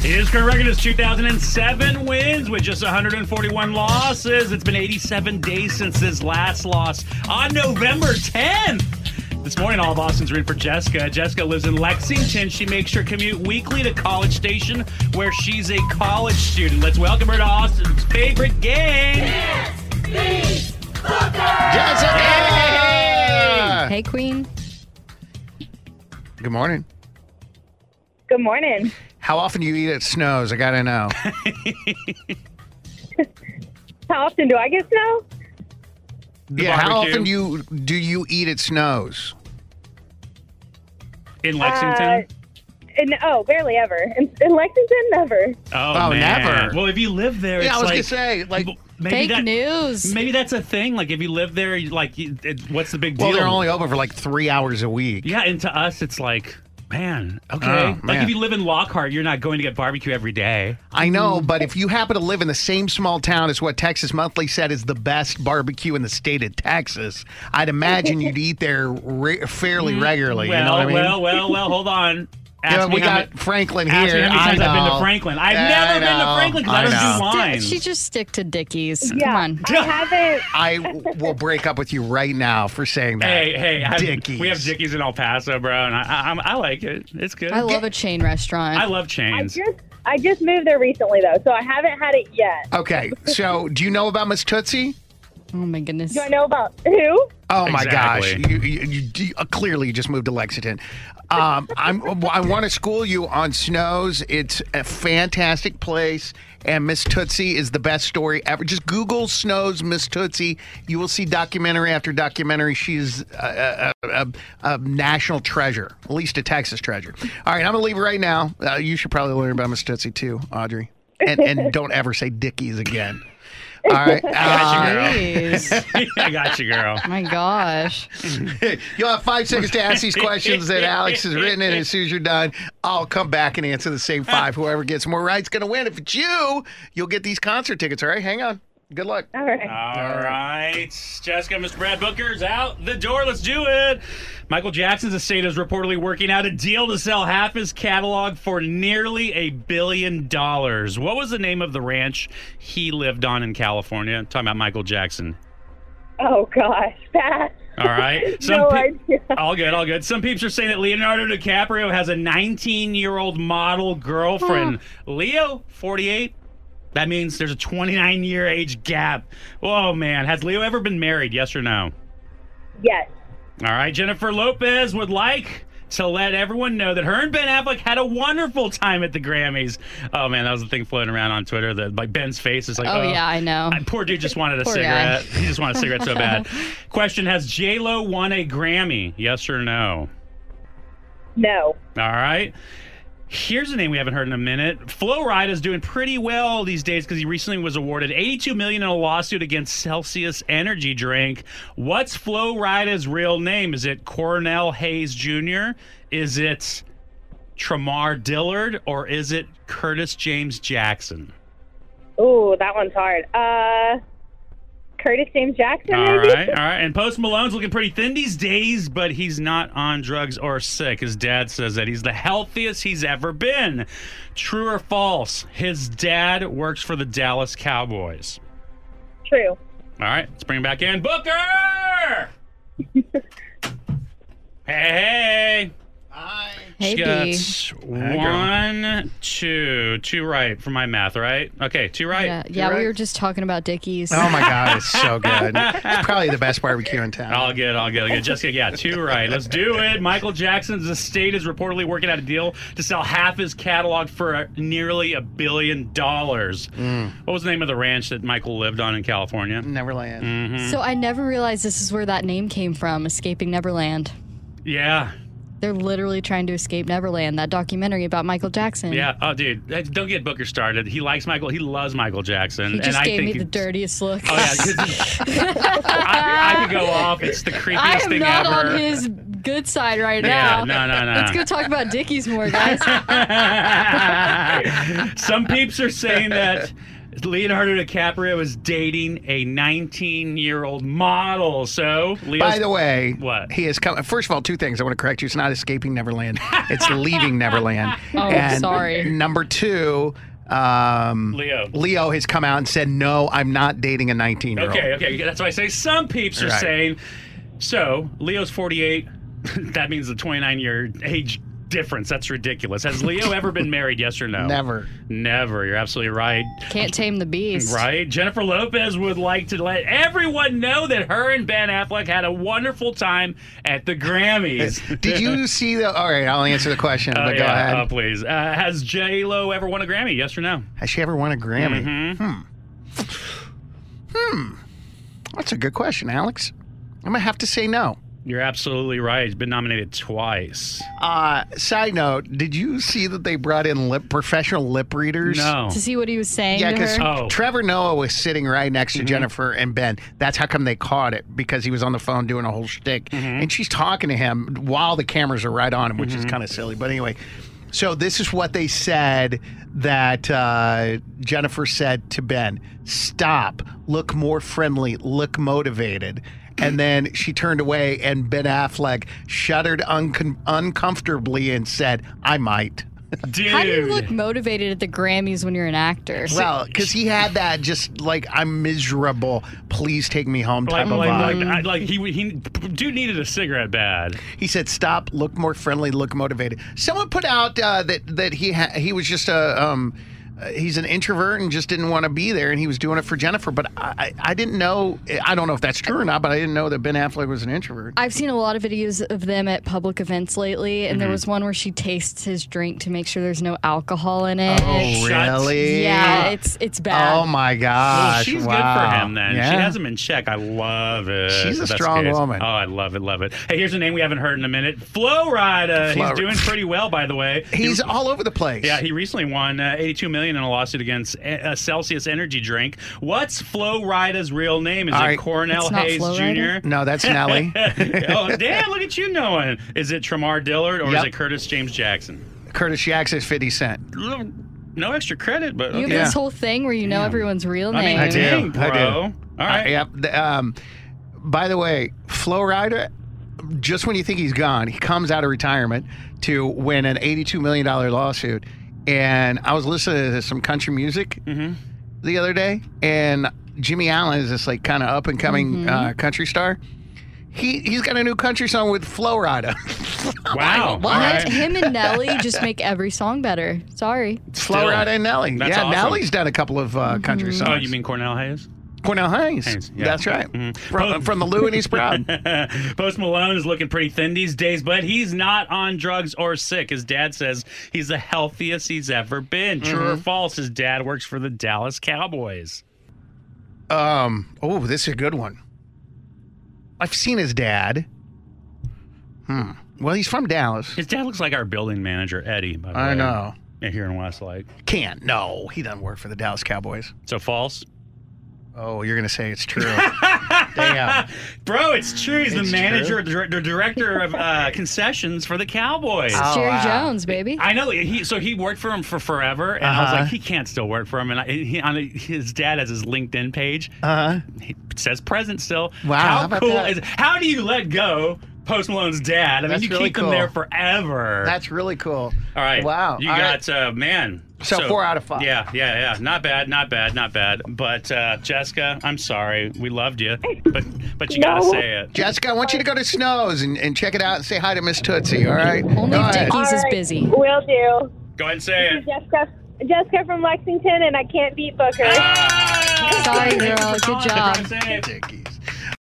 His current record is 2007 wins with just 141 losses. It's been 87 days since his last loss on November 10th. This morning, all Boston's rooting for Jessica. Jessica lives in Lexington. She makes her commute weekly to College Station, where she's a college student. Let's welcome her to Austin's favorite game. Jessica! Hey, Queen. Good morning. Good morning. How often do you eat at Snows? I gotta know. How often do I get snow? yeah, how barbecue. often do you do you eat at Snows? In Lexington? And, oh, barely ever. In, in Lexington, never. oh, oh, man. never. Well, if you live there, Yeah, it's I was like, gonna say, like- Well, maybe Fake that- news. Maybe that's a thing. Like, if you live there, you- like, you- it, what's the big Well, deal? they're only open for like three hours a week. yeah, and to us, it's like, man, okay. Oh, Like, if man. you live in Lockhart, you're not going to get barbecue every day. I know, but if you happen to live in the same small town as what Texas Monthly said is the best barbecue in the state of Texas, I'd imagine you'd eat there re- fairly regularly. Mm, well, you know what I mean? well, well, well, hold on. Ask yeah, me we how got ma- Franklin ask me here. how many I times I've been to know. Franklin. I've I never been to know. Franklin 'cause I don't know. do lawn. Fine. Dude, She just stick to Dickies. yeah. Come on. I haven't. I will break up with you right now for saying that. Hey, hey, I- Dickies. we have Dickies in El Paso, bro, and I, I, I'm- I like it. It's good. I love a chain restaurant. I love I chains. just I just moved there recently though, so I haven't had it yet. Okay, so do you know about Miss Tootsie? oh, my goodness. Do I know about who? Oh my Exactly. gosh! You, you, you, you- uh, clearly you just moved to Lexington. Um, I'm. I want to school you on Snows. It's a fantastic place, and Miss Tootsie is the best story ever. Just Google Snows Miss Tootsie. You will see documentary after documentary. She's a, a, a, a national treasure, at least a Texas treasure. All right, I'm gonna leave right now. Uh, you should probably learn about Miss Tootsie too, Audrey, and, and don't ever say Dickies again. All right, uh, Jeez. I got you, girl. my gosh. You'll have five seconds to ask these questions that Alex has written, and as soon as you're done, I'll come back and answer the same five. Whoever gets more right's going to win. If it's you, you'll get these concert tickets. All right, hang on. Good luck. All right. All right, Jessica, Mr. Brad Booker's out the door. Let's do it. Michael Jackson's estate is reportedly working out a deal to sell half his catalog for nearly a billion dollars. What was the name of the ranch he lived on in California? talking about Michael Jackson. oh gosh, Pat. All right. no pe- idea. All good, all good. Some peeps are saying that Leonardo DiCaprio has a 19 year old model girlfriend. Leo, 48. That means there's a 29 year age gap. Whoa, man. Has Leo ever been married? Yes or no? Yes. All right. Jennifer Lopez would like to let everyone know that her and Ben Affleck had a wonderful time at the Grammys. Oh, man. That was the thing floating around on Twitter that like Ben's face is like, Oh, yeah, I know. I- poor dude just wanted a Poor cigarette. He just wanted a cigarette so bad. Question Has J Lo won a Grammy? Yes or no? No. All right. Here's a name we haven't heard in a minute. Flo Rida is doing pretty well these days because he recently was awarded 82 million in a lawsuit against Celsius Energy Drink. What's Flo Rida's real name? Is it Cornell Hayes Jr.? Is it Tramar Dillard or is it Curtis James Jackson? Ooh, that one's hard. Uh, Curtis James Jackson. All maybe? right, all right. And Post Malone's looking pretty thin these days, but he's not on drugs or sick. His dad says that he's the healthiest he's ever been. True or false? His dad works for the Dallas Cowboys. True. All right, let's bring him back in. Booker! hey, hey. Hey, She B. gets one, two, two right for my math, right? Okay, two right. Uh-huh. Yeah, yeah we were just talking about Dickies. Oh my God, it's so good. It's probably the best barbecue in town. All good, all good, all good. Jessica, yeah, two right. Let's do it. Michael Jackson's estate is reportedly working out a deal to sell half his catalog for nearly a billion dollars. What was the name of the ranch that Michael lived on in California? Mm. Neverland. Mm. So I never realized this is where that name came from, Escaping Neverland. Yeah, They're literally trying to escape Neverland, that documentary about Michael Jackson. yeah. Oh, dude, hey, don't get Booker started. He likes Michael. He loves Michael Jackson. He just and I gave me think the it's- dirtiest look. Oh yeah, 'cause he- I, I could go off. It's the creepiest I am thing not ever. on his good side right yeah, now. no, no, no. Let's go talk about Dickies more, guys. Some peeps are saying that Leonardo DiCaprio is dating a 19-year-old model. So, Leo's, By the way, What? he is coming. First of all, two things I want to correct you. It's not escaping Neverland. It's leaving Neverland. Oh, and sorry. Number two, um, Leo. Leo has come out and said, "No, I'm not dating a 19 year old." Okay, okay. That's why I say some peeps are Right. saying. So Leo's 48. that means the 29 year age difference. That's ridiculous. Has Leo ever been married? Yes or no? Never. Never. You're absolutely right. Can't tame the beast. Right? Jennifer Lopez would like to let everyone know that her and Ben Affleck had a wonderful time at the Grammys. Did you see the? All right, I'll answer the question. Oh, but go yeah. ahead. Oh, please. Uh, has J Lo ever won a Grammy? Yes or no? Has she ever won a Grammy? Hmm. Mm-hmm. Hmm. That's a good question, Alex. I'm gonna have to say no. You're absolutely right. She's been nominated twice. Uh, side note: Did you see that they brought in lip, professional lip readers? No. To see what he was saying Yeah, to because her. Mm-hmm. Oh. Trevor Noah was sitting right next to Jennifer and Ben. That's how come they caught it because he was on the phone doing a whole shtick, Mm-hmm. and she's talking to him while the cameras are right on him, which is kind of silly. But anyway, so this is what they said that uh, Jennifer said to Ben: "Stop. Look more friendly. Look motivated." And then she turned away, and Ben Affleck shuddered uncom- uncomfortably and said, "I might." Dude. How do you look motivated at the Grammys when you're an actor? Well, because he had that just like I'm miserable, please take me home type Like, of like, vibe. like, I- like he, he, dude needed a cigarette bad. He said, "Stop, look more friendly, look motivated." Someone put out uh, that that he ha- he was just a um, uh, he's an introvert and just didn't want to be there, and he was doing it for Jennifer. But I, I I didn't know I don't know if that's true or not, but I didn't know that Ben Affleck was an introvert. I've seen a lot of videos of them at public events lately, and there was one where she tastes his drink to make sure there's no alcohol in it. Oh, Shut- really? yeah, it's it's bad. Oh my Well, gosh! she's wow. good for him then. Yeah. She has him in check. I love it. She's a If that's the strong case. woman. Oh, I love it, love it. Hey, here's a name we haven't heard in a minute. Flo Rida. Flo- He's doing pretty well, by the way. He's all over the place. yeah, he recently won uh, 82 million in a lawsuit against a, a Celsius energy drink. What's Flo Rida's real name? Is All it right. Cornell It's not Hayes Flo Rida? Jr.? no, that's Nelly. oh, damn, look at you knowing. Is it Tremar Dillard or Yep. is it Curtis James Jackson? Curtis Jackson, Fifty Cent. No extra credit, but you have okay. Yeah. this whole thing where you know everyone's real I mean, name. I do. dang, I bro. do. All Uh, right. yep. The, um, by the way, Flo Rida, just when you think he's gone, he comes out of retirement to win an $82 million lawsuit. And I was listening to some country music Mm-hmm. the other day, and Jimmy Allen is this like kind of up and coming Mm-hmm. uh, country star. He, he's got a new country song with Flo Rida. Wow. What? All Let right. him and Nelly just make every song better. Sorry. Flo Still. Rida and Nelly. That's yeah, awesome. Nelly's done a couple of uh, country songs. Oh, you mean Cornell Hayes? Cornell Hayes? Hayes, yeah. Mm-hmm. That's right. From, from the Lou and he's proud. Post Malone is looking pretty thin these days, but he's not on drugs or sick. His dad says he's the healthiest he's ever been. True Mm-hmm. or false? His dad works for the Dallas Cowboys. Um. Oh, this is a good one. I've seen his dad. Hmm. Well, he's from Dallas. His dad looks like our building manager Eddie. By the I way, know. Yeah, here in Westlake. Can't. No, he doesn't work for the Dallas Cowboys. So false, Oh, you're gonna say it's true. Damn. bro. It's true. He's It's the manager, dir- the director of uh, concessions for the Cowboys. Oh, Jerry wow. Jones, baby. I know. He so he worked for him for forever, and I was Uh-huh. like, he can't still work for him. And I, he, on his dad has his LinkedIn page. Uh huh. He says present still. Wow, how How, about cool that? is? How do you let go? Post Malone's dad. I mean, That's you really keep cool. them there forever. That's really cool. all right. Wow. You All right. got uh, man. So four out of five. Yeah, yeah, yeah. Not bad, not bad, not bad. But uh, Jessica, I'm sorry. We loved you, but but you gotta No. say it. Jessica, I want you to go to Snows and, and check it out and say hi to Miss Tootsie. All right. Only Go if ahead. Dickie- He's All as right, busy. Will do. Go ahead and say it. Jessica, Jessica from Lexington, and I can't beat Booker. Ah! Sorry, Thank you girl. for Good calling. job. Go ahead and say it. Dickies.